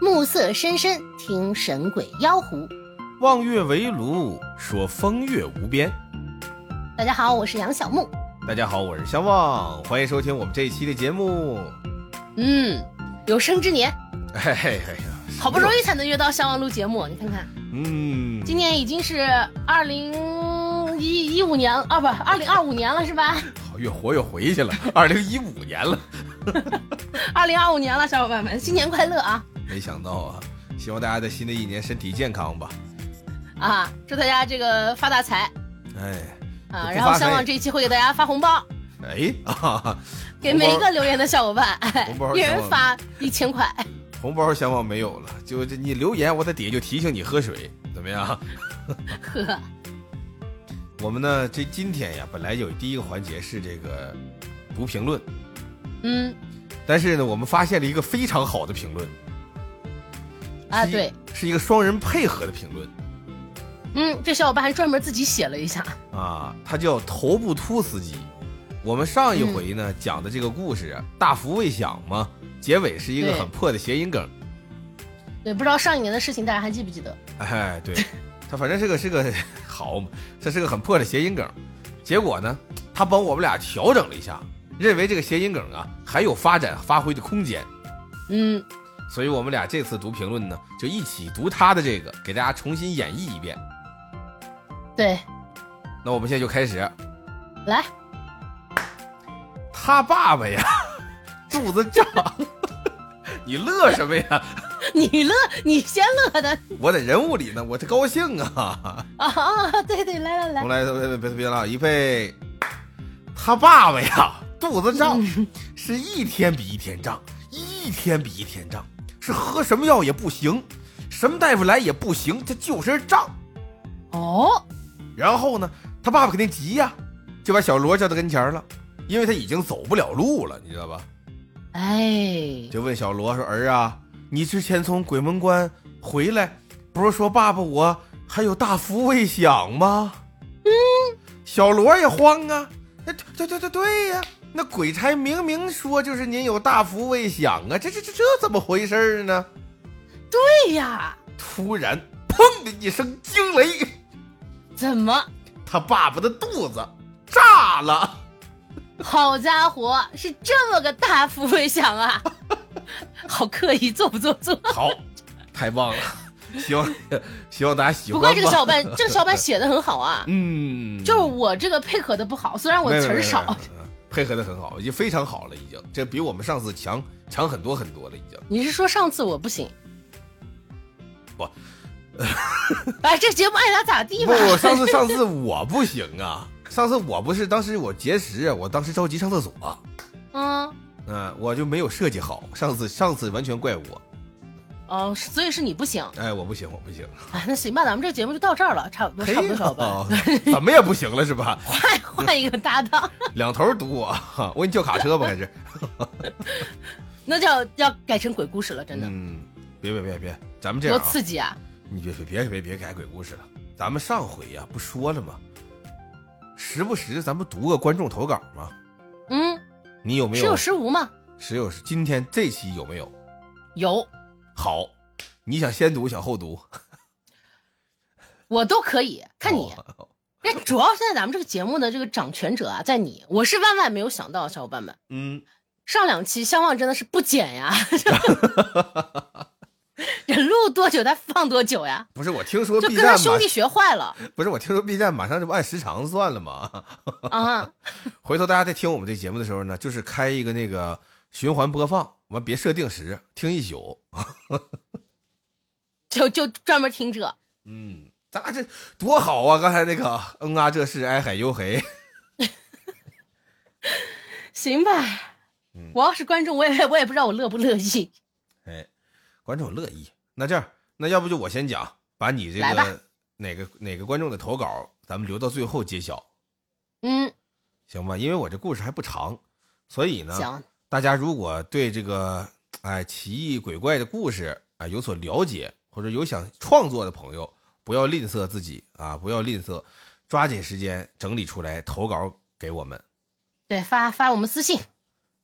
暮色深深，听神鬼妖狐。望月为炉，说风月无边。大家好，我是杨小木。大家好，我是相望，欢迎收听我们这一期的节目。嗯，有生之年，嘿嘿嘿，好不容易才能约到相望录节目，你看看，嗯，今年已经是二零一一五年了，啊不，二零二五年了是吧？ 好越活越回去了， 二零一五年了，二零二五年了，小伙伴们，新年快乐啊！没想到啊，希望大家在新的一年身体健康吧。啊，祝大家这个发大财哎啊！不然后发相望财这一期会给大家发红 包，哎啊，给 红包每一个留言的小伙伴，哎红包，一小人伙发一千块。 红包相望没有了，就这你留言，我在底下就提醒你喝水，怎么样？呵，我们呢，这今天呀，本来有第一个环节是这个读评论，嗯但是呢，我们发现了一个非常好的评论啊是一对，是一个双人配合的评论嗯，这小伙伴还专门自己写了一下，啊，他叫头部秃司机。我们上一回呢、嗯讲的这个故事啊，大福未享嘛，结尾是一个对很破的谐音梗。对，不知道上一年的事情大家还记不记得？哎，对，他反正是个是个好嘛，这是个很破的谐音梗。结果呢，他帮我们俩调整了一下，认为这个谐音梗啊还有发展发挥的空间。嗯，所以我们俩这次读评论呢，就一起读他的这个，给大家重新演绎一遍。对，那我们现在就开始。来，他爸爸呀，肚子胀，你乐什么呀？你乐，你先乐的我在人物里呢，我这高兴啊！啊！对对，来来我来，来，别别别了，预备。他爸爸呀，肚子胀，是一天比一天胀，一天比一天胀，是喝什么药也不行，什么大夫来也不行，他就是胀。哦，然后呢，他爸爸肯定急呀，就把小罗叫到跟前儿了，因为他已经走不了路了，你知道吧？哎，就问小罗说：“儿啊，你之前从鬼门关回来，不是说爸爸我还有大福未享吗？”嗯，小罗也慌啊，哎对对对对呀、那鬼差明明说就是您有大福未享啊，这这这这怎么回事儿呢？对呀，突然，砰的一声惊雷，怎么？他爸爸的肚子炸了。好家伙，是这么个大富贵享 啊！好刻意，做不做作？好，太棒了，希望希望大家喜不欢过这个吧小伙伴，这个小伙伴写的很好啊， 嗯，就是我这个配合的不好，虽然我没有词没儿有没有没少有，没有配合的很好，已经非常好了，已经这比我们上次强强很多很多了，已经。你是说上次我不行？不， 哎，这节目爱咋咋地吧。不，上次上次我不行啊，上次我不是当时我节食，我当时着急上厕所，啊嗯，嗯、我就没有设计好，上次上次完全怪我，哦，所以是你不行哎，我不行，我不行，啊。那行吧，咱们这个节目就到这儿了，差不多，差不多，小伙伴，嘿怎么也不行了是吧？ 换换一个搭档，两头堵我，我给你叫卡车吧，还是？那就要要改成鬼故事了，真的，嗯，别别别别，咱们这样多啊，刺激啊！你别别别别别改鬼故事了，咱们上回呀、不说了吗？时不时咱们读个观众投稿嘛。嗯，你有没时有有时无嘛，时有时？今天这期有没有？有好，你想先读想后读？我都可以，看你。哦那主要现在咱们这个节目的这个掌权者啊，在你，我是万万没有想到，小伙伴们，嗯，上两期相望真的是不减 呀，人录多久他放多久呀，不是，我听说就 B 跟他站马兄弟学坏 了不是我听说 B 站马上就不按时长算了嘛。啊！ 回头大家在听我们这节目的时候呢，就是开一个那个循环播放，完别设定时，听一宿。就就专门听这，嗯，咱俩这多好啊！刚才那个，嗯啊，这是哎海呦嘿，行吧嗯。我要是观众，我也我也不知道我乐不乐意。哎，观众乐意。那这样，那要不就我先讲，把你这来吧个哪个哪个观众的投稿，咱们留到最后揭晓。嗯，行吧？因为我这故事还不长，所以呢，行，大家如果对这个哎奇异鬼怪的故事啊有所了解，或者有想创作的朋友，不要吝啬自己啊，不要吝啬，抓紧时间整理出来投稿给我们，对，发发我们私信，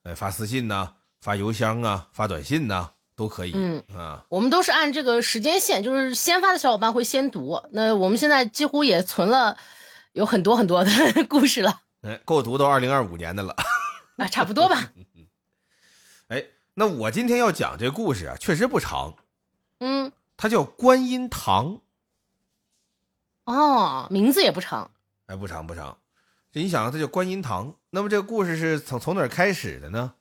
哎，发私信呐、发邮箱啊，发短信呐、都可以。嗯啊，我们都是按这个时间线，就是先发的小伙伴会先读。那我们现在几乎也存了有很多很多的 故事了哎，够读到二零二五年的了。啊，差不多吧。哎，那我今天要讲这故事啊，确实不长，嗯，它叫观音堂。哦，名字也不长。哎，不长不长，这你想，这啊叫观音堂。那么这个故事是从从哪儿开始的呢？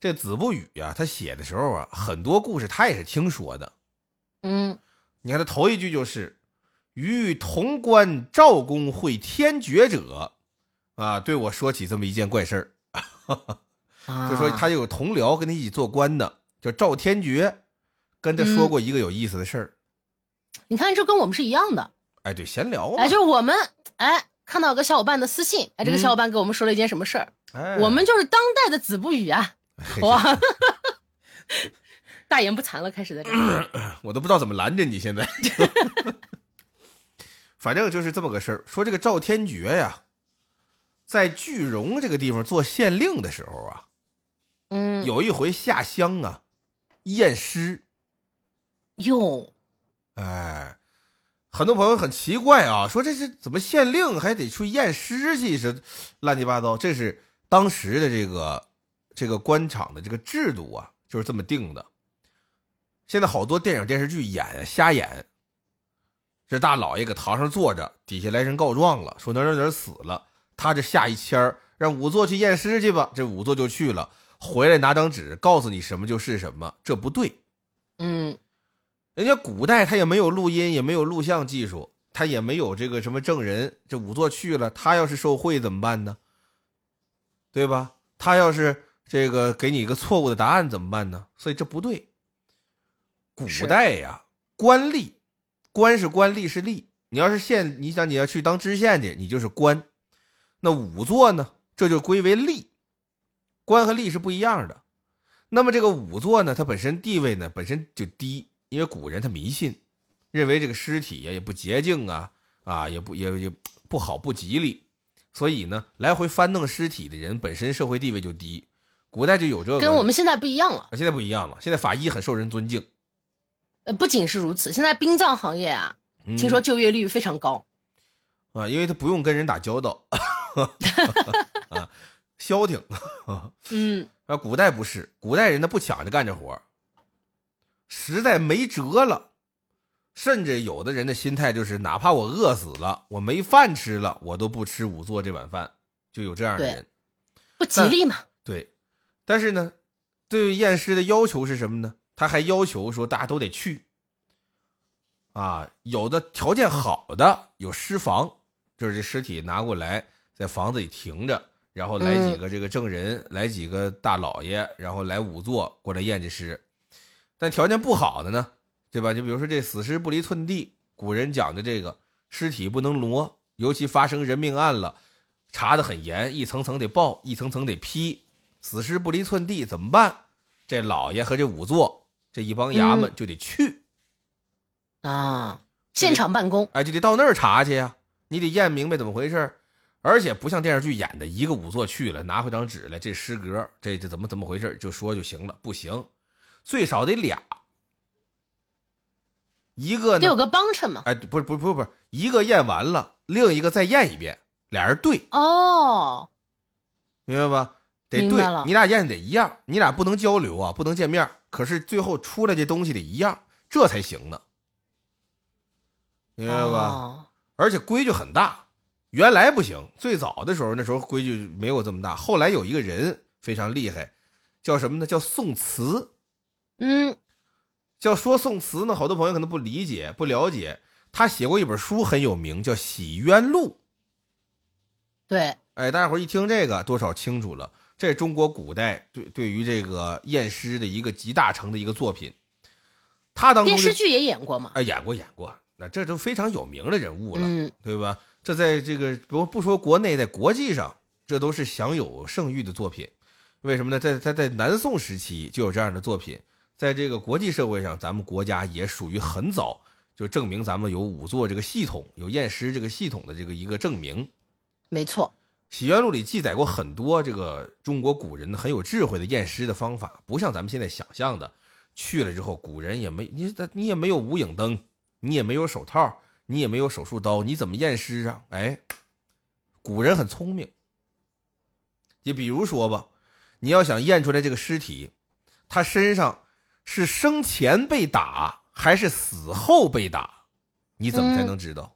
这子不语啊，他写的时候啊，很多故事他也是听说的。嗯，你看他头一句就是“于潼关赵公会天觉者”，啊，对我说起这么一件怪事儿。啊就说他有同僚跟他一起做官的，叫赵天觉，跟他嗯说过一个有意思的事儿。你看这跟我们是一样的，哎，对，闲聊嘛哎，就是我们哎看到有个小伙伴的私信，哎，这个嗯小伙伴给我们说了一件什么事儿，哎，我们就是当代的子不语啊，嘿哇， 大言不惭了，开始在这儿， 我都不知道怎么拦着你现在。 反正就是这么个事儿。说这个赵天觉呀，在句容这个地方做县令的时候啊，嗯，有一回下乡啊，验尸。哟，哎，很多朋友很奇怪啊，说这是怎么县令还得去验尸去？是乱七八糟，这是当时的这个这个官场的这个制度啊，就是这么定的。现在好多电影电视剧演瞎演，这大老爷搁堂上坐着，底下来人告状了，说哪儿哪儿哪儿死了，他这下一签儿让仵作去验尸去吧，这仵作就去了，回来拿张纸告诉你什么就是什么，这不对。嗯人家古代他也没有录音，也没有录像技术，他也没有这个什么证人。这仵作去了，他要是受贿怎么办呢？对吧？他要是这个给你一个错误的答案怎么办呢？所以这不对。古是代呀，官吏，官是官，吏是吏。你要是县，你想你要去当知县去，你就是官。那仵作呢，这就归为吏。官和吏是不一样的。那么这个仵作呢，他本身地位呢本身就低，因为古人他迷信，认为这个尸体呀也不洁净啊，啊也不也也不好不吉利，所以呢来回翻弄尸体的人本身社会地位就低。古代就有这个，跟我们现在不一样了。啊现在不一样了，现在法医很受人尊敬。呃，不仅是如此，现在殡葬行业啊，嗯听说就业率非常高。啊，因为他不用跟人打交道， 啊，消停。嗯，啊，古代不是，古代人他不抢着干这活儿实在没辙了，甚至有的人的心态就是，哪怕我饿死了，我没饭吃了，我都不吃仵作这碗饭，就有这样的对人。不吉利嘛。对，但是呢，对验尸的要求是什么呢？他还要求说大家都得去，啊，有的条件好的有尸房，就是这尸体拿过来在房子里停着，然后来几嗯个这个证人，来几个大老爷，然后来仵作过来验这尸。但条件不好的呢，对吧？就比如说这死尸不离寸地，古人讲的这个尸体不能挪，尤其发生人命案了，查的很严，一层层得报，一层层得批，死尸不离寸地，怎么办？这老爷和这仵作这一帮衙门就得去，啊，现场办公。哎，就得到那儿查去呀、你得验明白怎么回事儿。而且不像电视剧演的，一个仵作去了，拿回张纸来，这失格，这这怎么怎么回事儿就说就行了，不行，最少得俩，一个得有呢，个帮衬嘛。哎，不是不是不是不是，一个验完了，另一个再验一遍，俩人对，哦，明白吧？得明对白了，你俩验得一样，你俩不能交流啊，不能见面儿。可是最后出来这东西得一样，这才行呢，明白吧？哦而且规矩很大。原来不行，最早的时候那时候规矩没有这么大。后来有一个人非常厉害，叫什么呢？叫宋慈。嗯，叫说宋慈呢，好多朋友可能不理解、不了解。他写过一本书很有名，叫《洗冤录》。对，哎，大家伙儿一听这个，多少清楚了。这是中国古代对对于这个验尸的一个集大成的一个作品。他当中电就视剧也演过嘛。哎演过演过，那这都非常有名的人物了。嗯，对吧？这在这个不不说国内，在国际上，这都是享有盛誉的作品。为什么呢？在在在南宋时期就有这样的作品，在这个国际社会上，咱们国家也属于很早就证明咱们有仵作这个系统，有验尸这个系统的这个一个证明。没错。 《洗冤录》里记载过很多这个中国古人很有智慧的验尸的方法，不像咱们现在想象的，去了之后，古人也没你你也没有无影灯，你也没有手套，你也没有手术刀，你怎么验尸啊？哎，古人很聪明。你比如说吧，你要想验出来这个尸体，他身上是生前被打还是死后被打，你怎么才能知道？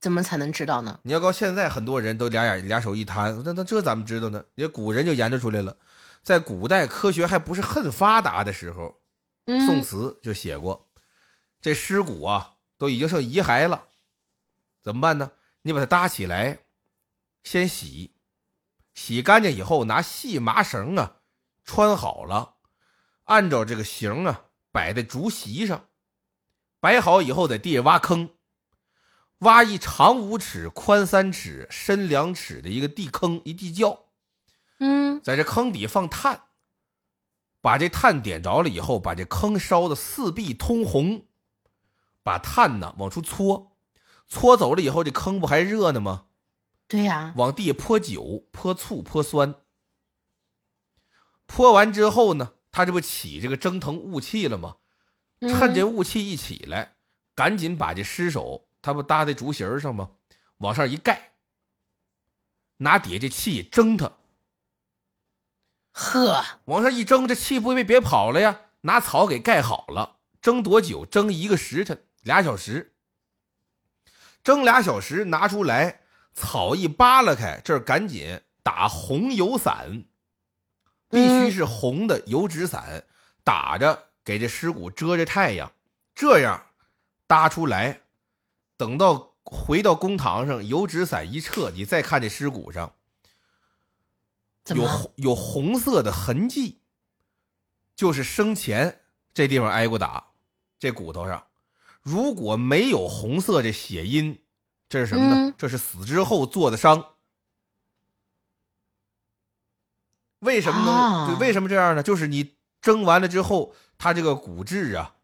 怎么才能知道呢？你要告现在很多人都俩眼俩手一摊，那那这咱们知道呢？人家古人就研究出来了，在古代科学还不是很发达的时候，宋嗯，词就写过，这尸骨啊都已经剩遗骸了，怎么办呢？你把它搭起来，先洗，洗干净以后拿细麻绳啊穿好了，按照这个形啊摆在竹席上，摆好以后在地下挖坑，挖一长五尺、宽三尺、深两尺的一个地坑，一地窖。嗯，在这坑底放炭，把这炭点着了以后，把这坑烧的四壁通红，把炭呢往出搓，搓走了以后，这坑不还热呢吗？对呀、往地下泼酒、泼醋、泼酸，泼完之后呢，它这不起这个蒸腾雾气了吗？嗯趁这雾气一起来，赶紧把这尸首，它不搭在竹席儿上吗？往上一盖，拿底下这气蒸它。呵，往上一蒸，这气不会被别跑了呀？拿草给盖好了，蒸多久？蒸一个时辰，俩小时。蒸俩小时，拿出来，草一扒拉开，这儿赶紧打红油伞，必嗯须是红的油纸伞，打着给这尸骨遮着太阳，这样搭出来。等到回到公堂上，油纸伞一撤，你再看这尸骨上，怎有么红有红色的痕迹，就是生前这地方挨过打，这骨头上如果没有红色这血印，这是什么呢？嗯这是死之后做的伤。为什么能、啊对？为什么这样呢？就是你蒸完了之后，它这个骨质啊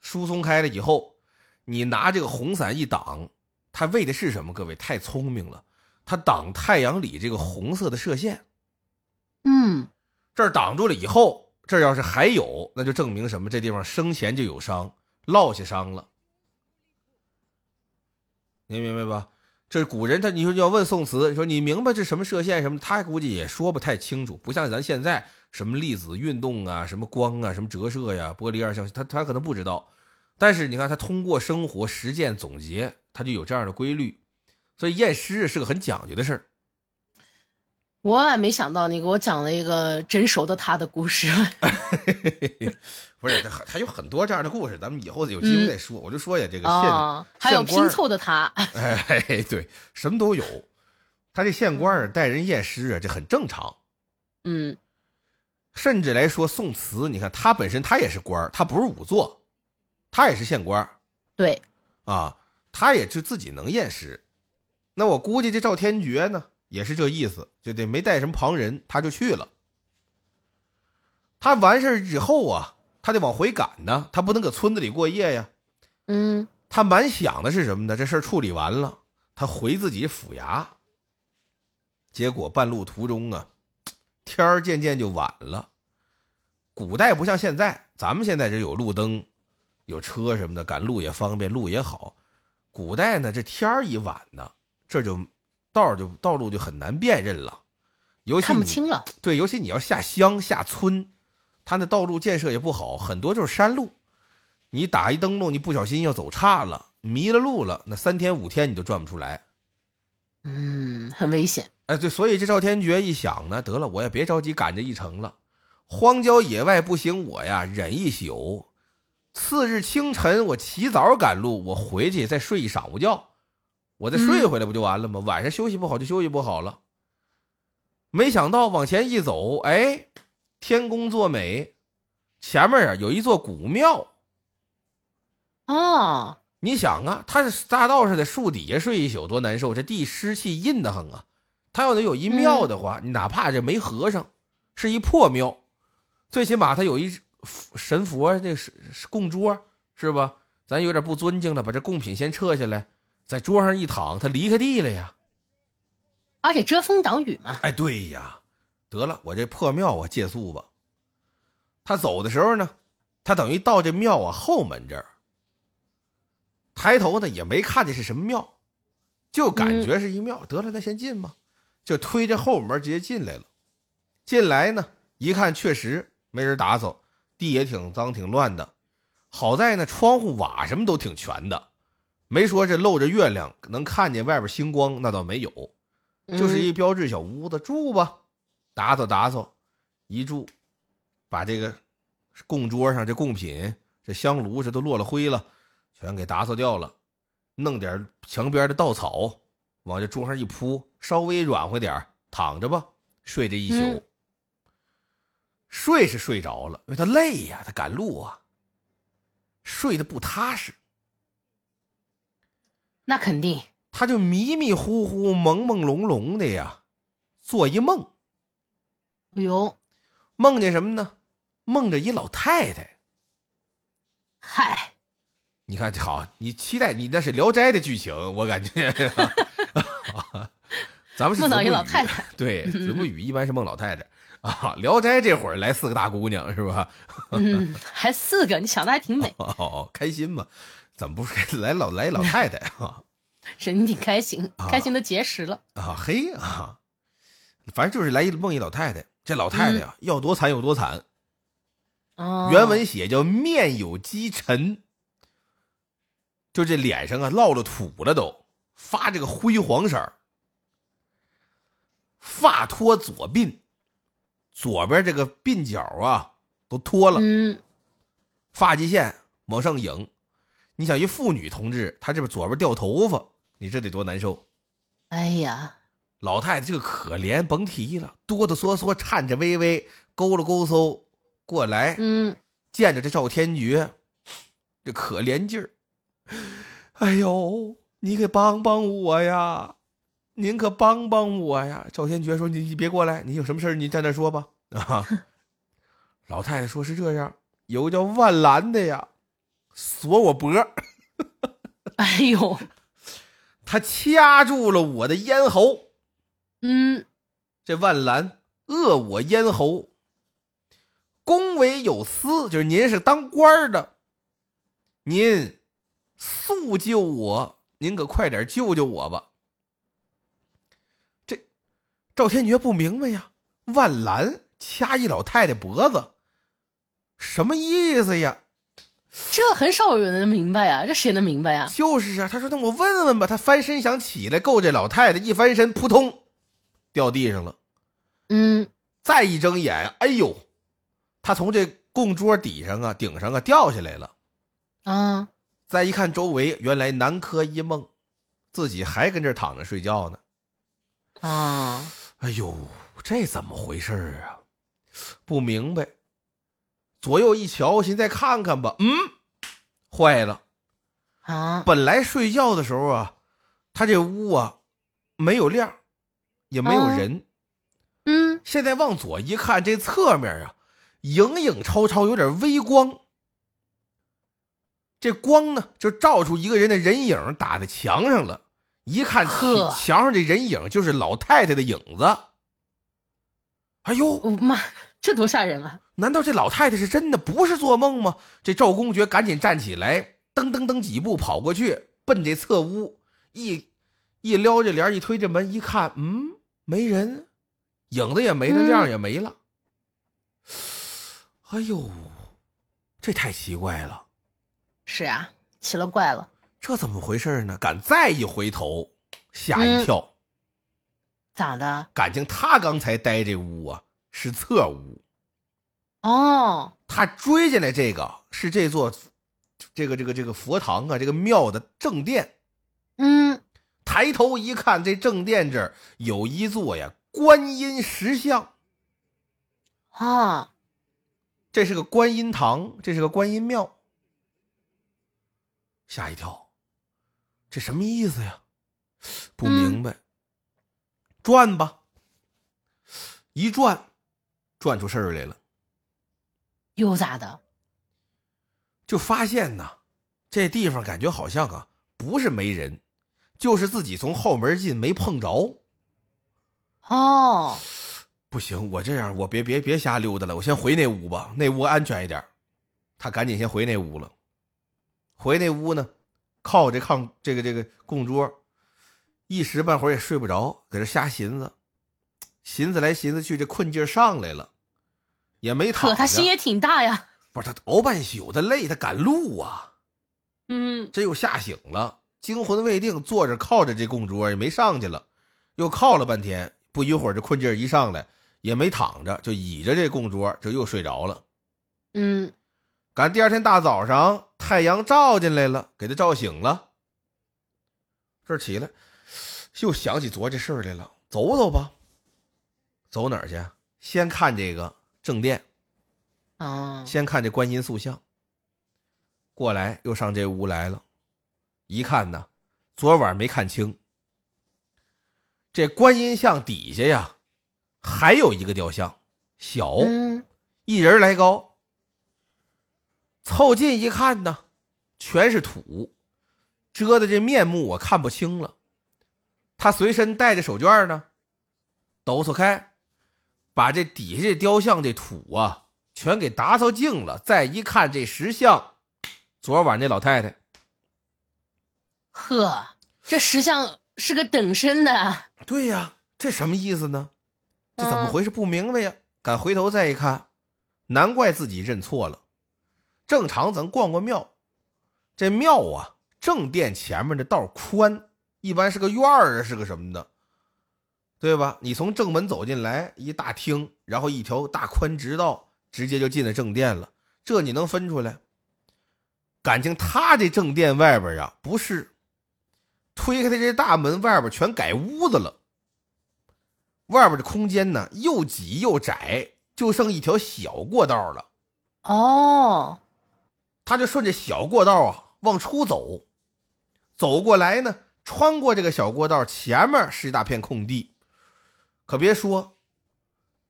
疏松开了以后，你拿这个红伞一挡，它为的是什么？各位太聪明了，它挡太阳里这个红色的射线。嗯，这儿挡住了以后，这儿要是还有，那就证明什么？这地方生前就有伤，落下伤了。您明白吧？这是古人他，你说要问宋词，你说你明白这什么射线什么，他估计也说不太清楚，不像咱现在什么粒子运动啊、什么光啊、什么折射呀、玻璃二象性，他他可能不知道。但是你看，他通过生活实践总结，他就有这样的规律。所以验尸是个很讲究的事儿。我也没想到你给我讲了一个真熟的他的故 事。不是，还还有很多这样的故事，咱们以后有机会再说。我就说呀，这个县、哦，还有县官拼儿，凑的他， 哎，对，什么都有。他这县官儿带人验尸啊，这很正常。嗯甚至来说，宋慈，你看他本身他也是官儿，他不是仵作，他也是县官儿对，啊，他也是自己能验尸。那我估计这赵天觉呢，也是这意思，就得没带什么旁人，他就去了。他完事儿以后啊，他得往回赶呢，他不能搁村子里过夜呀。嗯他满想的是什么呢？这事儿处理完了，他回自己府衙。结果半路途中啊，天儿渐渐就晚了。古代不像现在，咱们现在这有路灯，有车什么的，赶路也方便，路也好。古代呢，这天儿一晚呢，这就道儿就道路就很难辨认了，尤其看不你清了，对，尤其你要下乡下村，它那道路建设也不好，很多就是山路。你打一灯笼，你不小心要走岔了，迷了路了，那三天五天你都转不出来。嗯，很危险。哎，对，所以这赵天觉一想呢，得了，我也别着急赶这一程了，荒郊野外不行，我呀忍一宿。次日清晨，我起早赶路，我回去再睡一晌午觉，我再睡回来不就完了吗？晚上休息不好就休息不好了。没想到往前一走，哎，天公作美，前面啊有一座古庙，哦，你想啊，他是大道上在树底下睡一宿多难受，这地湿气阴得很啊。他要能有一庙的话，你哪怕这没和尚，是一破庙，最起码他有一神佛啊那是是供桌是吧？咱有点不尊敬了，把这贡品先撤下来，在桌上一躺，他离开地了呀。而且遮风挡雨嘛，哎，对啊呀，得了，我这破庙我借宿吧。他走的时候呢，他等于到这庙啊后门这儿，抬头呢也没看见是什么庙，就感觉是一庙。得了，那先进吧，就推着后门直接进来了。进来呢，一看确实没人打扫，地也挺脏挺乱的。好在呢，窗户瓦什么都挺全的，没说这露着月亮能看见外边星光，那倒没有，嗯就是一标志小屋子住吧，打扫打扫，一住，把这个供桌上这贡品、这香炉这都落了灰了，全给打扫掉了，弄点墙边的稻草往这桌上一铺，稍微软和点儿躺着吧，睡这一宿。嗯睡是睡着了，因为他累呀、他赶路啊，睡得不踏实，那肯定。哎他就迷迷糊糊、朦朦胧胧的呀，做一梦，哎呦，梦见什么呢？梦着一老太太。嗨，你看，好，你期待你那是《聊斋》的剧情，我感觉。咱们是梦到子一不老语太 太， 对，子不语一般是梦老太太啊，《聊斋》这会儿来四个大姑娘是吧？嗯，还四个，你想的还挺 美，哦，开心嘛？怎么不是来老来老太太啊？人挺开心，啊开心的节食了。啊，嘿啊，反正就是来一梦一老太太。这老太太嗯呀、要多惨有多惨。哦，原文写叫面有积尘，就这脸上啊落了土了都，发这个灰黄色儿。发脱左鬓，左边这个鬓角啊都脱了，嗯，发际线往上引。你想一妇女同志，她这边左边掉头发，你这得多难受。哎呀，老太太这个可怜甭提了，哆哆嗦嗦、颤颤巍巍、勾了勾搜过来，嗯，见着这赵天爵，这可怜劲儿。哎呦，你给帮帮我呀！您可帮帮我呀！赵天爵说：“你你别过来，你有什么事儿你站那说吧。”啊，老太太说是这样，有个叫万兰的呀，锁我脖儿，哎呦，他掐住了我的咽喉。嗯，这万兰扼我咽喉，公为有司，就是您是当官儿的，您速救我，您可快点救救我吧。这赵天觉不明白呀，万兰掐一老太太脖子，什么意思呀？这很少有人能明白啊呀，这谁能明白呀？就是啊，他说那我问问吧。他翻身想起来够这老太太，一翻身扑通掉地上了。嗯，再一睁眼，哎呦，他从这供桌底上啊、顶上啊掉下来了。啊，再一看周围，原来南柯一梦，自己还跟这儿躺着睡觉呢。啊，哎呦，这怎么回事儿啊？不明白。左右一瞧，寻思再看看吧。嗯，坏了，啊，本来睡觉的时候啊，他这屋啊没有亮，也没有啊人。嗯，现在往左一看，这侧面啊，影影绰绰，有点微光。这光呢，就照出一个人的人影打在墙上了。一看呵墙上这人影，就是老太太的影子。哎呦，我妈，这多吓人啊！难道这老太太是真的不是做梦吗？这赵公爵赶紧站起来，噔噔噔几步跑过去，奔这侧屋一一撩这帘儿一推这门，一看，嗯，没人，影子也没了，嗯亮儿也没了。哎呦，这太奇怪了，是啊，奇了怪了，这怎么回事呢？敢再一回头，吓一嗯跳，咋的？感情他刚才待这屋啊是侧屋，哦，他追进来这个是这座这个这个这个佛堂啊，这个庙的正殿。嗯，抬头一看，这正殿这儿有一座呀观音石像，啊，这是个观音堂，这是个观音庙。吓一跳，这什么意思呀？不明白。转吧，一转，转出事儿来了。又咋的？就发现呐，这地方感觉好像啊，不是没人，就是自己从后门进没碰着。哦，不行，我这样我别别别瞎溜达了，我先回那屋吧，那屋安全一点。他赶紧先回那屋了。回那屋呢，靠这炕这个这个供桌，一时半会儿也睡不着，搁这瞎寻思，寻思来寻思去，这困劲儿上来了，也没躺可着。他心也挺大呀。不是他熬半宿，他累，他赶路啊。嗯，这又吓醒了，惊魂未定，坐着靠着这供桌也没上去了，又靠了半天，不一会儿这困劲儿一上来，也没躺着，就倚着这供桌，就又睡着了。嗯，赶第二天大早上，太阳照进来了，给他照醒了。这儿起来，又想起昨儿这事儿来了，走走吧。走哪儿去？啊先看这个正殿，啊，先看这观音塑像。过来又上这屋来了，一看呢，昨晚没看清。这观音像底下呀，还有一个雕像，小，嗯，一人来高。凑近一看呢，全是土，遮的这面目我看不清了。他随身带着手绢呢，抖擞开，把这底下这雕像这土啊，全给打扫净了。再一看这石像，昨晚那老太太，呵，这石像是个等身的，对呀，这什么意思呢？这怎么回事？不明白呀！赶回头再一看，难怪自己认错了。正常咱逛逛庙，这庙啊，正殿前面的道宽，一般是个院儿啊，是个什么的，对吧？你从正门走进来，一大厅，然后一条大宽直道，直接就进了正殿了。这你能分出来？感情他这正殿外边啊，不是推开他这大门，外边全改屋子了。外边的空间呢又挤又窄，就剩一条小过道了。哦，他就顺着小过道啊往出走，走过来呢，穿过这个小过道，前面是一大片空地。可别说，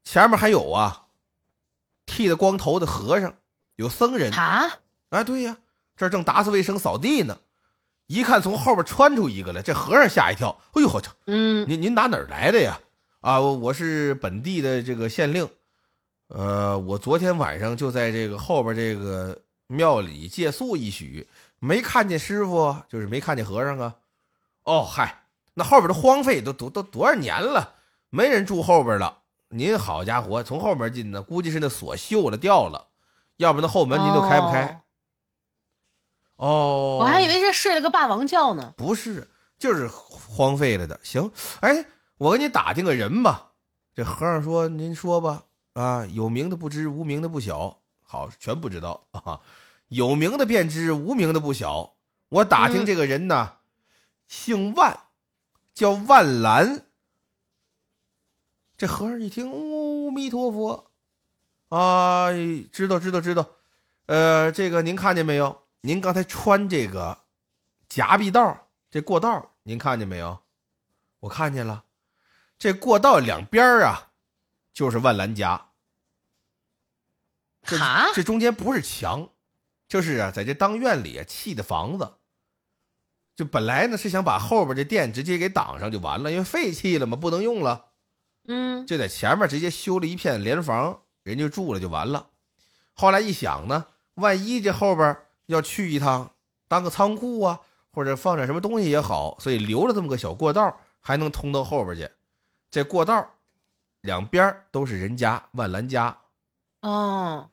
前面还有啊，剃的光头的和尚，有僧人。啊，哎，对呀，这儿正打扫卫生、扫地呢。一看从后边穿出一个来，这和尚吓一跳。哎呦，我操！嗯， 您您打哪儿来的呀？啊，我我是本地的这个县令，呃，我昨天晚上就在这个后边这个庙里借宿一宿，没看见师傅啊，就是没看见和尚啊。哦，嗨，那后边都荒废，都都都多少年了，没人住后边了。您好家伙，从后门进的，估计是那锁锈了掉了，要不那后门您都开不开。哦，哦，我还以为是睡了个霸王觉呢。不是，就是荒废了的。行，哎，我给你打听个人吧。这和尚说：“您说吧，啊，有名的不知，无名的不晓。好，全不知道啊，有名的便知，无名的不晓。我打听嗯这个人呢，姓万，叫万兰。这和尚一听，阿弥陀佛，啊，知道知道知道，呃，这个您看见没有？您刚才穿这个夹壁道这过道，您看见没有？我看见了，这过道两边儿啊，就是万兰家。这哈，这中间不是墙，就是啊，在这当院里啊砌的房子。就本来呢是想把后边这店直接给挡上就完了，因为废弃了嘛，不能用了。嗯，就在前面直接修了一片连房，人就住了就完了。后来一想呢，万一这后边要去一趟，当个仓库啊，或者放点什么东西也好，所以留了这么个小过道，还能通到后边去。这过道两边都是人家万兰家。哦，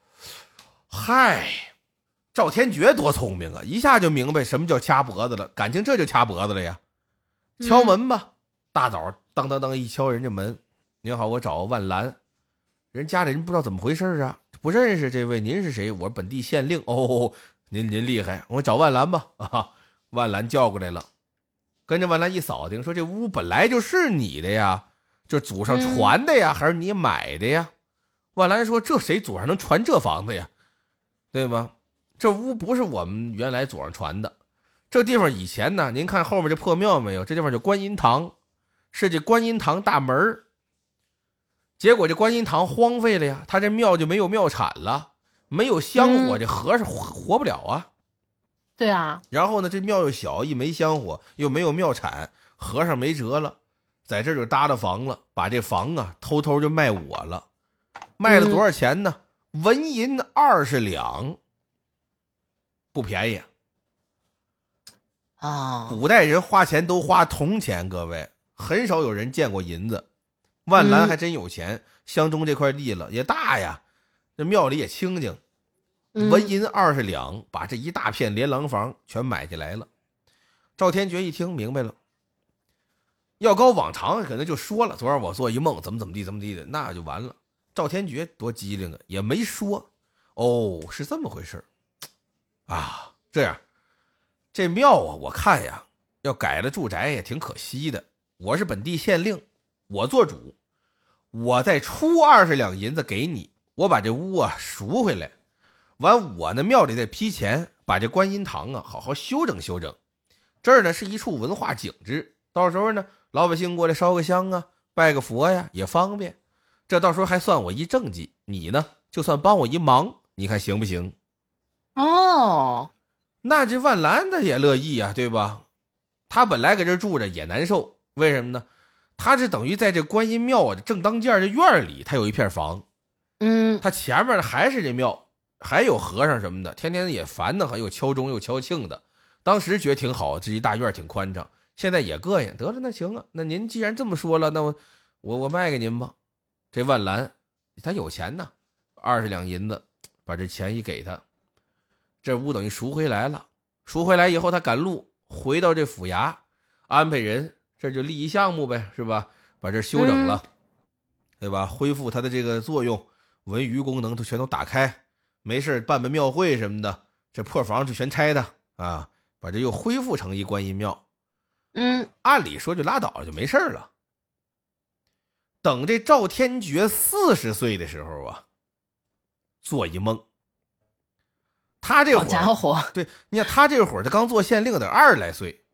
嗨，赵天觉多聪明啊，一下就明白什么叫掐脖子了，感情这就掐脖子了呀。嗯敲门吧，大早当当当一敲人家门，您好，我找万兰，人家里人不知道怎么回事啊，不认识这位，您是谁？我是本地县令哦，您您厉害，我找万兰吧啊，万兰叫过来了，跟着万兰一扫听，说这屋本来就是你的呀，这祖上嗯传的呀，还是你买的呀？万兰说这谁祖上能传这房子呀，对吗？这屋不是我们原来祖上传的，这地方以前呢，您看后面这破庙没有？这地方叫观音堂，是这观音堂大门儿结果这观音堂荒废了呀，他这庙就没有庙产了，没有香火，嗯这和尚活活不了啊。对啊，然后呢，这庙又小，一没香火，又没有庙产，和尚没辙了，在这儿就搭了房了，把这房啊偷偷就卖我了，卖了多少钱呢？纹银二十两，不便宜。啊，古代人花钱都花铜钱，各位很少有人见过银子。万兰嗯还真有钱，湘中这块地了也大呀，这庙里也清静，嗯纹银二十两，把这一大片连廊房全买下来了。赵天觉一听明白了，要高往常可能就说了，昨晚我做一梦，怎么怎么地，怎么地的，那就完了。赵天觉多机灵啊，也没说，哦，是这么回事儿啊。这样，这庙啊，我看呀，要改了住宅也挺可惜的。我是本地县令，我做主，我再出二十两银子给你，我把这屋啊赎回来。完，我呢庙里再批钱，把这观音堂啊好好修整修整。这儿呢是一处文化景致，到时候呢老百姓过来烧个香啊，拜个佛呀也方便。这到时候还算我一政绩，你呢就算帮我一忙，你看行不行？哦， 那这万兰她也乐意啊，对吧？她本来搁这住着也难受，为什么呢？她是等于在这观音庙啊正当间儿这院儿里，她有一片房，嗯他前面还是这庙，还有和尚什么的，天天也烦的很，又敲钟又敲磬的。当时觉得挺好，这一大院儿挺宽敞。现在也膈应，得了，那行啊，那您既然这么说了，那我我我卖给您吧。这万兰，他有钱呐，二十两银子，把这钱一给他，这屋等于赎回来了。赎回来以后，他赶路回到这府衙，安排人这就立一项目呗，是吧？把这修整了，对吧？恢复它的这个作用，文娱功能都全都打开，没事儿办办庙会什么的，这破房就全拆它啊，把这又恢复成一观音庙。嗯，按理说就拉倒了，就没事儿了。等这赵天觉四十岁的时候啊，做一梦，他这会好家儿，伙，对，你看他这会儿他刚做县令，得二十来岁，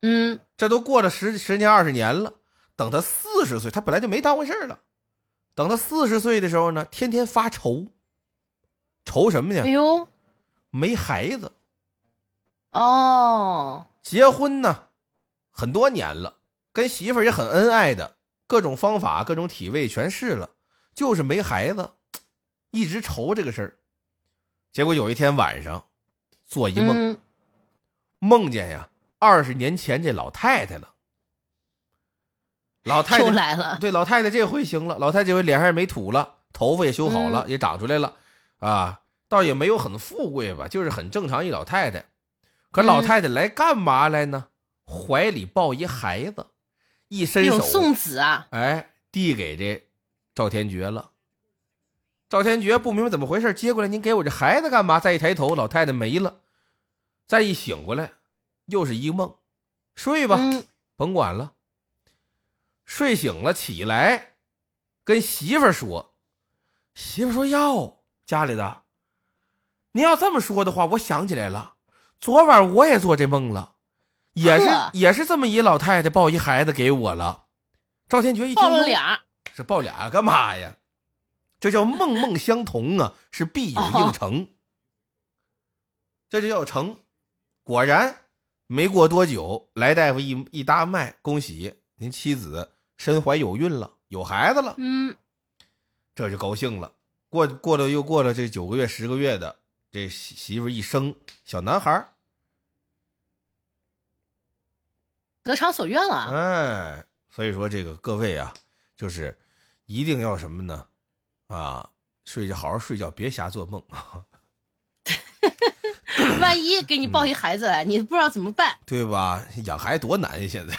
嗯这都过了十十年二十年了。等他四十岁，他本来就没当回事儿了。等他四十岁的时候呢，天天发愁，愁什么哎呢？呦没孩子，哦结婚呢，很多年了，跟媳妇儿也很恩爱的，各种方法、各种体位全试了，就是没孩子，一直愁这个事儿。结果有一天晚上，做一梦，嗯梦见呀，二十年前这老太太了。老太太又来了，对，老太太这回行了，老太太这回脸上也没土了，头发也修好嗯了，也长出来了，啊，倒也没有很富贵吧，就是很正常一老太太。可老嗯太太来干嘛来呢？怀里抱一孩子，一伸有手，送子啊，哎，递给这赵天觉了。赵天觉不明白怎么回事，接过来，您给我这孩子干嘛？再一抬头，老太太没了。再一醒过来，又是一梦，睡吧。嗯甭管了。睡醒了起来，跟媳妇儿说，媳妇儿说要家里的。您要这么说的话，我想起来了，昨晚我也做这梦了，也是呵也是这么一老太太抱一孩子给我了。赵天觉一听抱了哟俩，是抱俩干嘛呀？这叫梦梦相同啊，是必有应承。这就叫成。果然，没过多久，来大夫一一搭脉，恭喜您妻子身怀有孕了，有孩子了，嗯这就高兴了。过过了又过了这九个月十个月的，这媳媳妇一生小男孩儿，得偿所愿了，哎，所以说这个各位啊，就是一定要什么呢？啊，睡觉好好睡觉，别瞎做梦啊，嗯万一给你抱一孩子来，你不知道怎么办，对吧？养孩子多难呀，啊现在。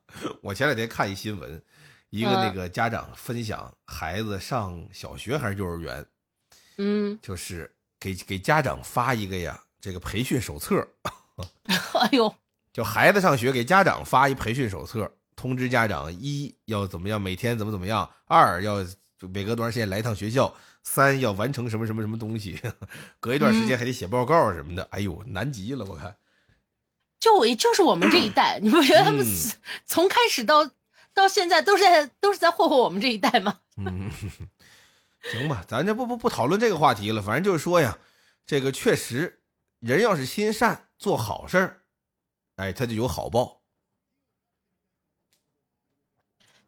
我前两天看一新闻，一个那嗯个家长分享孩子上小学还是幼儿园，嗯，就是给给家长发一个呀这个培训手册， 哎呦，就孩子上学给家长发一培训手册，通知家长一要怎么样，每天怎么怎么样；二要就每隔多长时间来一趟学校；三要完成什么什么什么东西， 隔一段时间还得写报告什么的。哎呦，难极了，我看。就我就是我们这一 代，你不觉得他们嗯死从开始到到现在都是在都是在霍霍我们这一代吗？嗯， 行吧，咱这不不不讨论这个话题了，反正就是说呀，这个确实，人要是心善，做好事儿，哎，他就有好报。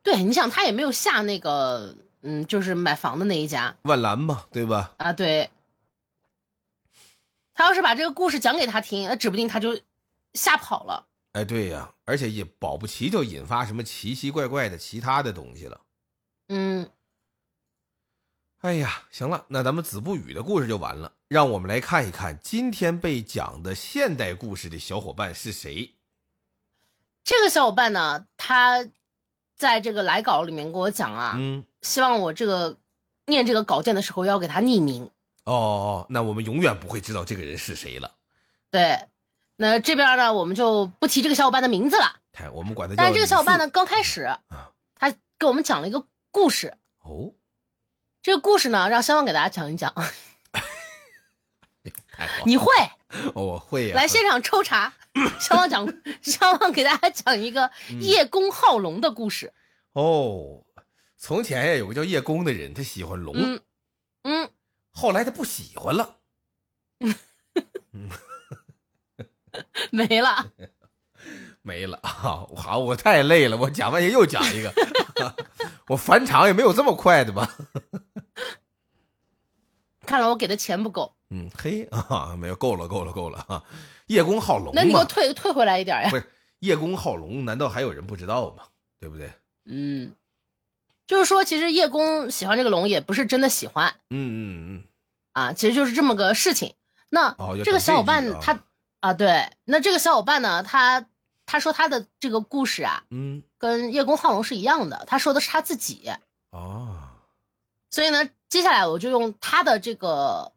对，你想他也没有下那个，嗯，就是买房的那一家万兰嘛，对吧？啊，对，啊他要是把这个故事讲给他听，那指不定他就吓跑了。哎，对呀、而且也保不齐就引发什么奇奇怪怪的其他的东西了。嗯，哎呀，行了，那咱们子不语的故事就完了，让我们来看一看今天被讲的现代故事的小伙伴是谁。这个小伙伴呢，他在这个来稿里面跟我讲啊，嗯，希望我这个念这个稿件的时候要给他匿名。哦哦，那我们永远不会知道这个人是谁了。对，那这边呢，我们就不提这个小伙伴的名字了。哎，我们管他叫。但是这个小伙伴呢，？刚开始他给我们讲了一个故事，哦，这个故事呢，让肖望给大家讲一讲。太好了，你会哦我会呀、来现场抽 查，肖望讲，肖望给大家讲一个嗯叶公好龙的故事。哦，从前呀，有个叫叶公的人，他喜欢龙，嗯嗯，后来他不喜欢了。没了。没了 啊！好，我太累了，我讲半天又讲一个， 我返场也没有这么快的吧？看来我给的钱不够，嗯，嘿啊，没有，够了，够了，够了啊！叶公好龙那你给我嘛，退退回来一点呀不。是叶公好龙，难道还有人不知道吗？对不对？嗯，就是说，其实叶公喜欢这个龙，也不是真的喜欢嗯嗯嗯，啊，其实就是这么个事情。那哦要这个讲小伙这伴一句啊他啊对，那这个小伙伴呢，他他说他的这个故事啊，嗯跟叶公好龙是一样的，他说的是他自己。哦，所以呢，接下来我就用他的这个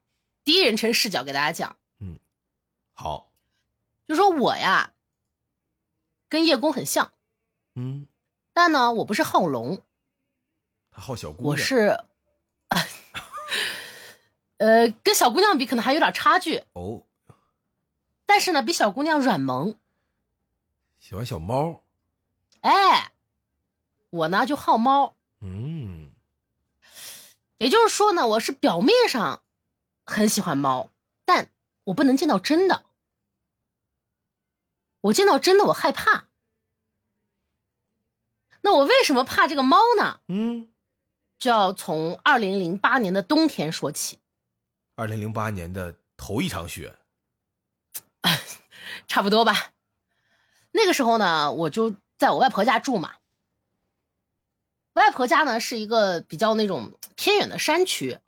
第一人称视角给大家讲，好，就说我呀，跟叶公很像，嗯，但呢，我不是好龙，他好小姑娘，我是， 呃，跟小姑娘比可能还有点差距，哦，但是呢，比小姑娘软萌。喜欢小猫，哎，我呢就好猫，嗯，也就是说呢，我是表面上很喜欢猫，但我不能见到真的，我见到真的我害怕。那我为什么怕这个猫呢？嗯，就要从二零零八年的冬天说起，二零零八年的头一场雪，差不多吧。那个时候呢，我就在我外婆家住嘛。外婆家呢是一个比较那种偏远的山区，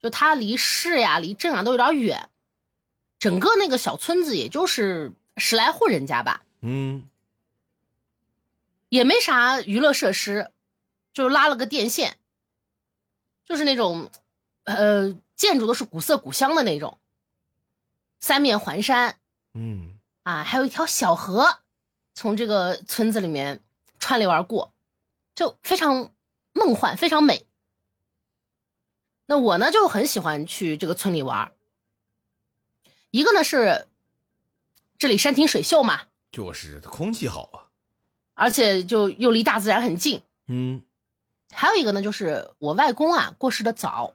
就它离市呀、离镇啊都有点远，整个那个小村子也就是十来户人家吧，嗯，也没啥娱乐设施，就拉了个电线，就是那种，呃，建筑都是古色古香的那种，三面环山嗯，啊，还有一条小河，从这个村子里面穿流而过，就非常梦幻，非常美。那我呢就很喜欢去这个村里玩儿，一个呢是这里山清水秀嘛，就是空气好啊，而且就又离大自然很近。嗯，还有一个呢，就是我外公啊过世的早，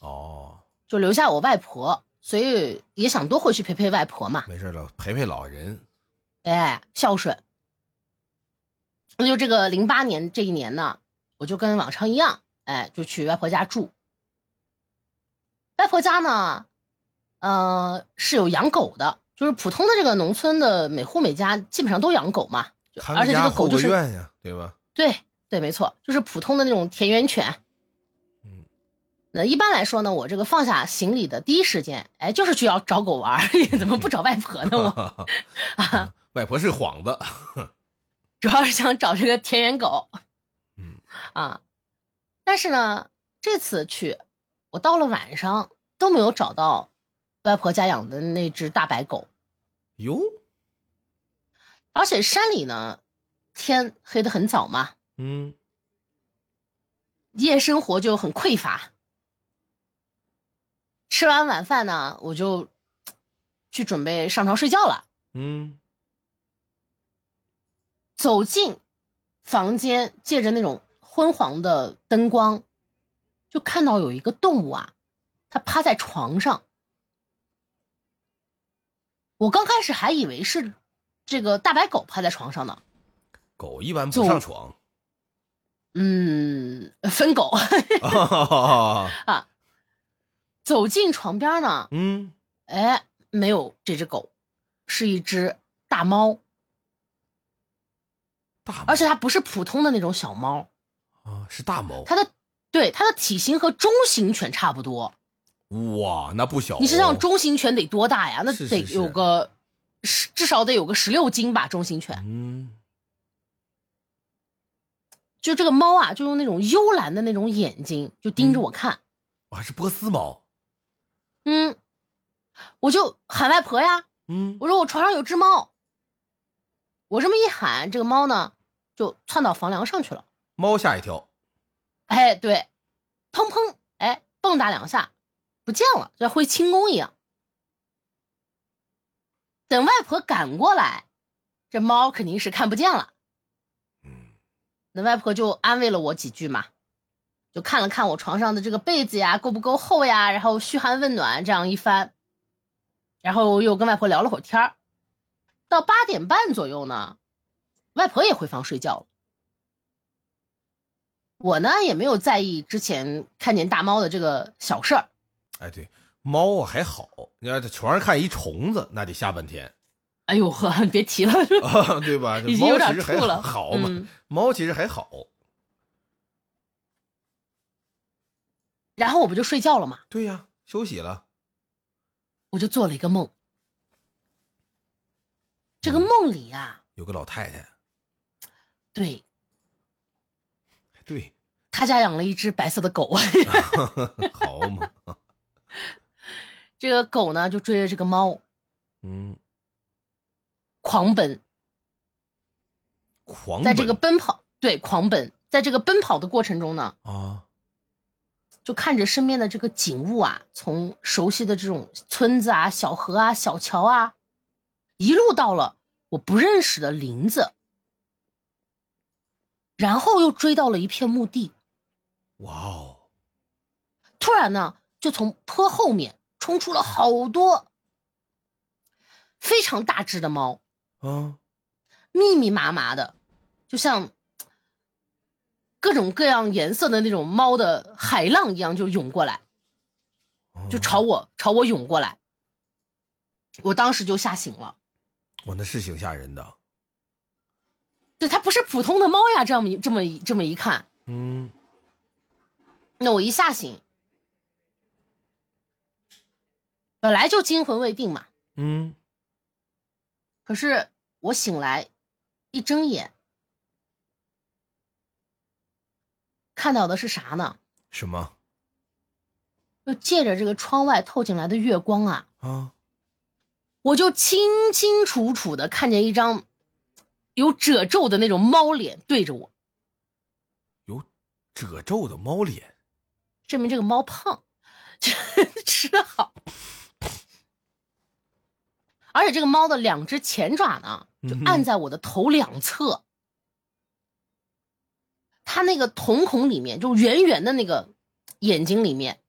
哦，就留下我外婆，所以也想多回去陪陪外婆嘛，没事了，陪陪老人，哎，孝顺。那就这个零八年这一年呢，我就跟往常一样，哎，就去外婆家住。外婆家呢，呃，是有养狗的，就是普通的这个农村的每户每家基本上都养狗嘛，就看而个且这家个狗后就个是院呀，对吧？ 对对，没错，就是普通的那种田园犬。嗯，那一般来说呢，我这个放下行李的第一时间，哎，就是去要找狗玩儿， 怎么不找外婆呢？ 我嗯外婆是幌子，主要是想找这个田园狗。嗯，啊，但是呢，这次去，我到了晚上都没有找到外婆家养的那只大白狗，哟，而且山里呢，天黑得很早嘛，嗯，夜生活就很匮乏。吃完晚饭呢，我就去准备上床睡觉了。嗯，走进房间，借着那种昏黄的灯光，就看到有一个动物啊，它趴在床上。我刚开始还以为是这个大白狗趴在床上呢，狗一般不就上床 嗯，疯狗啊，走进床边呢，嗯，哎，没有这只狗，是一只大猫，大猫而且它不是普通的那种小猫，啊，是大猫，它的对它的体型和中型犬差不多。哇，那不小哦、你想想中型犬得多大呀？那是是得是有个十，至少得有个十六斤吧。中型犬嗯，就这个猫啊，就用那种幽蓝的那种眼睛就盯着我看，哇，是波斯猫，嗯，我就喊外婆呀，嗯，我说我床上有只猫，我这么一喊，这个猫呢就窜到房梁上去了。猫吓一跳，哎，对，砰砰，哎，蹦跶两下，不见了，就像会轻功一样。等外婆赶过来，这猫肯定是看不见了。嗯，那外婆就安慰了我几句嘛，就看了看我床上的这个被子呀，够不够厚呀，然后嘘寒问暖这样一番，然后又跟外婆聊了会儿天儿。到八点半左右呢，外婆也回房睡觉了。我呢也没有在意之前看见大猫的这个小事儿，哎，对，猫啊还好，你要在床上看一虫子，那得吓半天， 哎呦呵， 别提了，啊，对吧？这已经猫有其点实还吐了。好嘛，嗯猫其实还好，然后我不就睡觉了嘛，对呀，休息了，我就做了一个梦。这嗯个梦里啊，有个老太太，对，对，他家养了一只白色的啊狗，好嘛， 这个狗呢就追着这个猫嗯，狂奔，狂在这个奔奔跑，对，狂奔，在这个奔跑的过程中呢，啊，就看着身边的这个景物啊，从熟悉的这种村子啊、小河啊、小桥啊，一路到了我不认识的林子，然后又追到了一片墓地，哇哦，突然呢，就从坡后面冲出了好多非常大只的猫。啊，密密麻麻的，就像各种各样颜色的那种猫的海浪一样，就涌过来，嗯就朝我，我朝我涌过来。我当时就吓醒了，哇，那是挺吓人的，对，它不是普通的猫呀，这么一这么一这么一看，嗯，那我一吓醒，本来就惊魂未定嘛，嗯，可是我醒来一睁眼，看到的是啥呢？什么就借着这个窗外透进来的月光啊，啊？我就清清楚楚的看见一张有褶皱的那种猫脸对着我，有褶皱的猫脸，证明这个猫胖， 吃的好。而且这个猫的两只前爪呢，就嗯按哼在我的头两侧，它那个瞳孔里面，就圆圆的那个眼睛里面，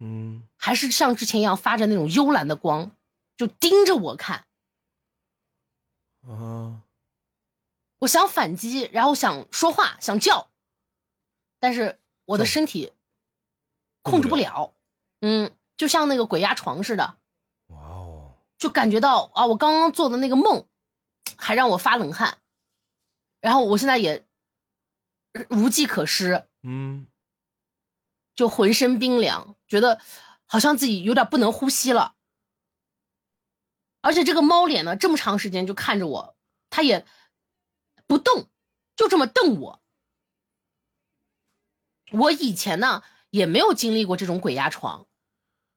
嗯，还是像之前一样发着那种幽蓝的光，就盯着我看。啊，我想反击，然后想说话，想叫，但是我的叫不身体动控不制不了，嗯，就像那个鬼压床似的，哇哦，就感觉到啊，我刚刚做的那个梦还让我发冷汗，然后我现在也呃无计可施，嗯，就浑身冰凉，觉得好像自己有点不能呼吸了。而且这个猫脸呢，这么长时间就看着我，它也不动，就这么瞪我。我以前呢也没有经历过这种鬼压床，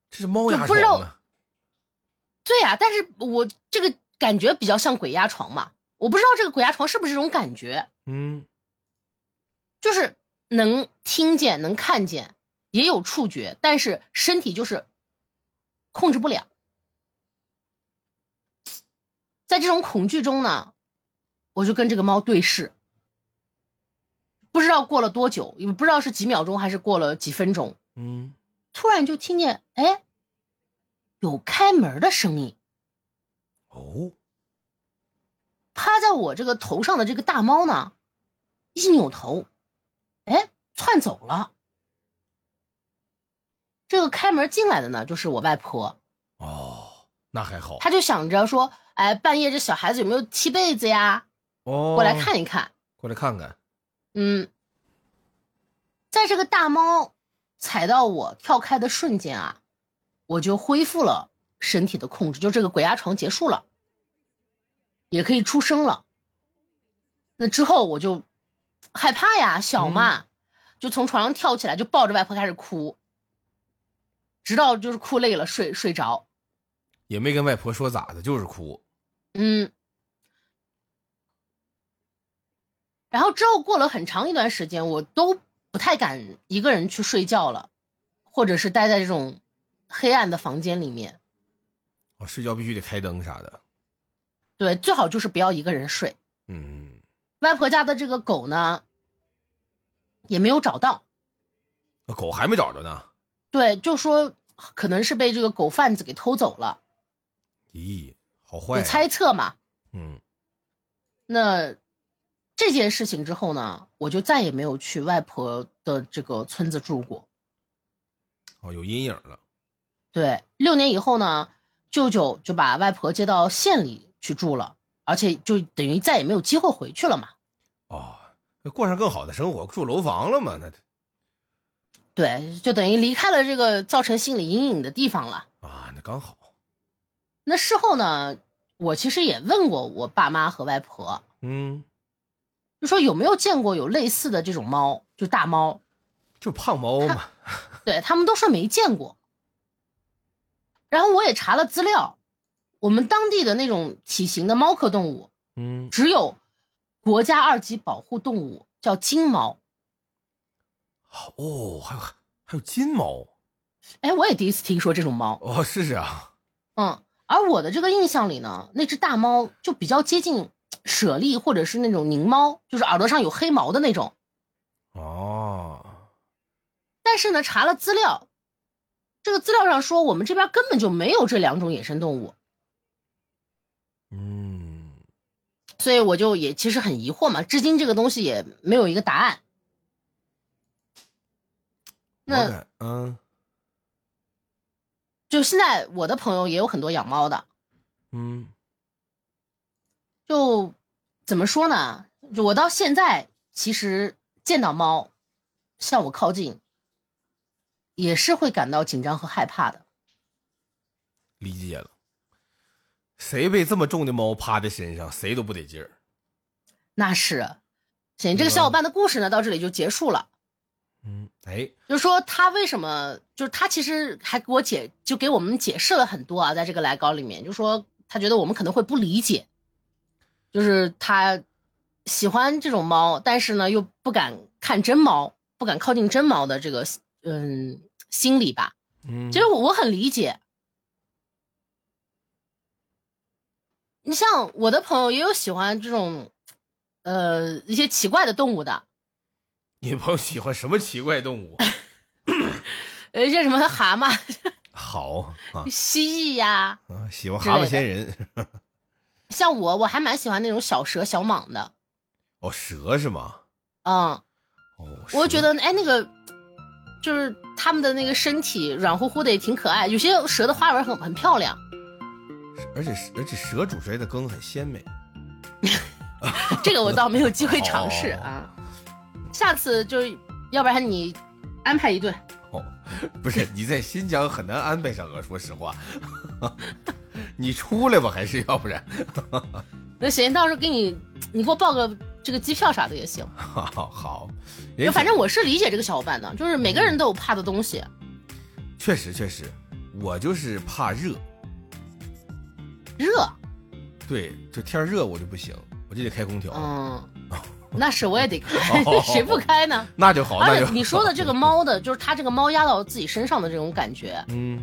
这是猫就压不知床道啊，对呀、但是我这个感觉比较像鬼压床嘛，我不知道这个鬼压床是不是这种感觉，嗯，就是能听见、能看见，也有触觉，但是身体就是控制不了。在这种恐惧中呢，我就跟这个猫对视，不知道过了多久，也不知道是几秒钟还是过了几分钟，嗯，突然就听见哎，有开门的声音。哦，趴在我这个头上的这个大猫呢，一扭头，哎，窜走了。这个开门进来的呢，就是我外婆。哦，那还好。他就想着说，哎，半夜这小孩子有没有踢被子呀？哦，过来，看一看。过来看看。嗯，在这个大猫踩到我跳开的瞬间啊，我就恢复了身体的控制，就这个鬼压床结束了，也可以出声了。那之后我就害怕呀，小嘛，就从床上跳起来，就抱着外婆开始哭，直到就是哭累了睡睡着。也没跟外婆说咋的，就是哭。嗯，然后之后过了很长一段时间，我都不太敢一个人去睡觉了，或者是待在这种黑暗的房间里面。哦，睡觉必须得开灯啥的。对，最好就是不要一个人睡。嗯，外婆家的这个狗呢，也没有找到。那狗还没找着呢。对，就说可能是被这个狗贩子给偷走了，咦，好坏、有啊？猜测嘛。嗯，那这件事情之后呢，我就再也没有去外婆的这个村子住过。哦，有阴影了。对，六年以后呢，舅舅就把外婆接到县里去住了，而且就等于再也没有机会回去了嘛。哦，那过上更好的生活，住楼房了嘛？那对，就等于离开了这个造成心理阴影的地方了。啊，那刚好。那事后呢，我其实也问过我爸妈和外婆，嗯，就说有没有见过有类似的这种猫，就大猫。就胖猫嘛。对他们都说没见过。然后我也查了资料，我们当地的那种体型的猫科动物，嗯，只有国家二级保护动物叫金猫。好哦，还有还有金毛。哎，我也第一次听说这种猫。哦，是啊。嗯，而我的这个印象里呢，那只大猫就比较接近舍利或者是那种狞猫，就是耳朵上有黑毛的那种。哦，但是呢，查了资料，这个资料上说我们这边根本就没有这两种野生动物，嗯，所以我就也其实很疑惑嘛，至今这个东西也没有一个答案。我那感嗯就现在我的朋友也有很多养猫的，嗯，就怎么说呢？就我到现在其实见到猫向我靠近，也是会感到紧张和害怕的。理解了。谁被这么重的猫趴在身上，谁都不得劲儿。那是，啊行，这个小伙伴的故事呢，到这里就结束了。嗯，哎，就是说他为什么，就是他其实还给我解，就给我们解释了很多啊，在这个来稿里面，就说他觉得我们可能会不理解，就是他喜欢这种猫，但是呢又不敢看真猫，不敢靠近真猫的这个嗯心理吧。嗯，其实我我很理解。你像我的朋友也有喜欢这种，呃，一些奇怪的动物的，你朋友喜欢什么奇怪动物？ 呃，一些什么蛤蟆、好啊蜥蜴呀、啊，喜欢之蛤蟆类仙人。 像我，我还蛮喜欢那种小蛇、小蟒的。哦，蛇是吗？嗯，哦，我就蛇觉得哎，那个就是它们的那个身体软乎乎的，也挺可爱。有些蛇的花纹很很漂亮，是，而且是而且蛇煮出来的羹很鲜美。这个我倒没有机会尝试啊。下次就是，要不然你安排一顿。哦， 不是，你在新疆很难安排上啊，说实话。 你出来吧，还是要不然？ 那行，到时候给你，你给我报个这个机票啥的也行。好，就人家反正我是理解这个小伙伴的，就是每个人都有怕的东西。哎确实确实，我就是怕热，热，对，就天儿热我就不行，我就得开空调。嗯，那是我也得开，谁不开呢？那就好，哦嗯那而就且你说的这个，猫的，就是它这个猫压到自己身上的这种感觉，嗯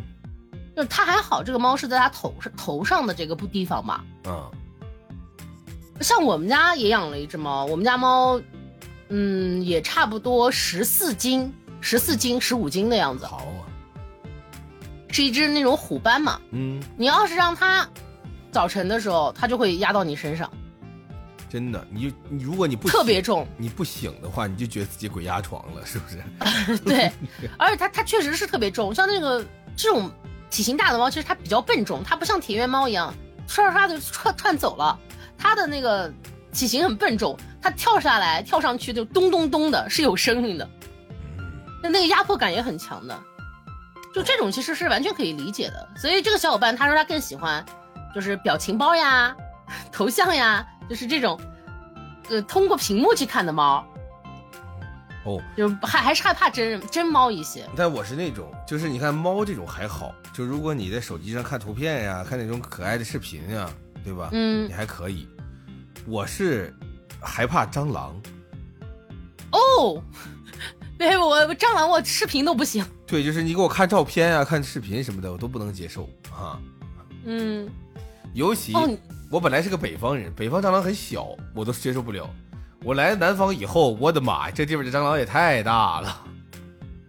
就是它还好，这个猫是在它头上头上的这个不地方嘛。啊，像我们家也养了一只猫，我们家猫，嗯，也差不多十四斤、十四斤、十五斤的样子，好啊，是一只那种虎斑嘛。嗯，你要是让它早晨的时候，它就会压到你身上，真的，你就你如果你不特别醒，重。你不醒的话，你就觉得自己鬼压床了，是不是？对，而且它它确实是特别重，像那个这种体型大的猫其实它比较笨重，它不像铁面猫一样唰唰就窜窜走了，它的那个体型很笨重，它跳下来跳上去就咚咚咚的，是有声音的，那那个压迫感也很强的。就这种其实是完全可以理解的，所以这个小伙伴他说他更喜欢，就是表情包呀、 头像呀，就是这种，呃，通过屏幕去看的猫，哦，就还还是害怕真人真猫一些。但我是那种，就是你看猫这种还好，就如果你在手机上看图片呀、看那种可爱的视频呀、对吧？嗯你，还可以。我是害怕蟑螂，哦， 对我我蟑螂我视频都不行。对，就是你给我看照片呀、看视频什么的，我都不能接受啊。嗯，尤其、哦，你我本来是个北方人，北方蟑螂很小，我都接受不了。我来南方以后，我的妈呀，这地方的蟑螂也太大了。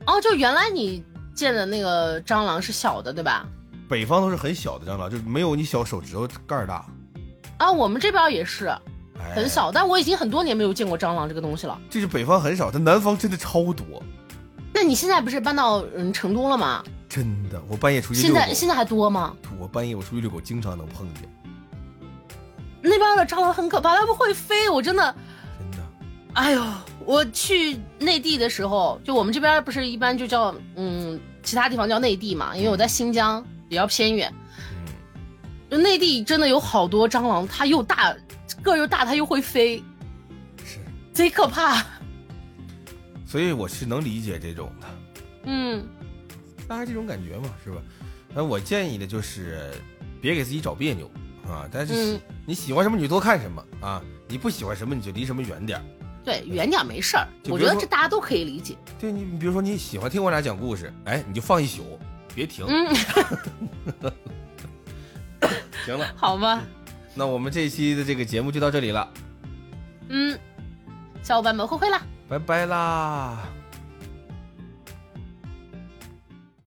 哦，就原来你见的那个蟑螂是小的，对吧？北方都是很小的蟑螂，就是没有你小手指头盖儿大，啊，我们这边也是哎很。小，但我已经很多年没有见过蟑螂这个东西了。这是北方很少，但南方真的超多，那你现在不是搬到嗯成都了吗？真的。我半夜出去现遛在狗，现在还多吗？我半夜我出去遛狗，经常能碰见，那边的蟑螂很可怕，它们会飞，我真的，真的。哎呦，我去内地的时候，就我们这边不是一般就叫嗯，其他地方叫内地嘛，因为我在新疆比较偏远，嗯，就内地真的有好多蟑螂，它又大，个儿又大，它又会飞，是，贼可怕。所以我是能理解这种的。嗯，大家这种感觉嘛，是吧？那我建议的就是别给自己找别扭啊，但是喜、嗯你喜欢什么你就多看什么啊，你不喜欢什么你就离什么远点儿。对，远点儿没事儿，就我比觉如得说这大家都可以理解。对你，你比如说你喜欢听我俩讲故事，哎，你就放一宿，别停。嗯，行了，好吧，那我们这期的这个节目就到这里了，嗯，小伙伴们，挥挥啦。拜拜啦。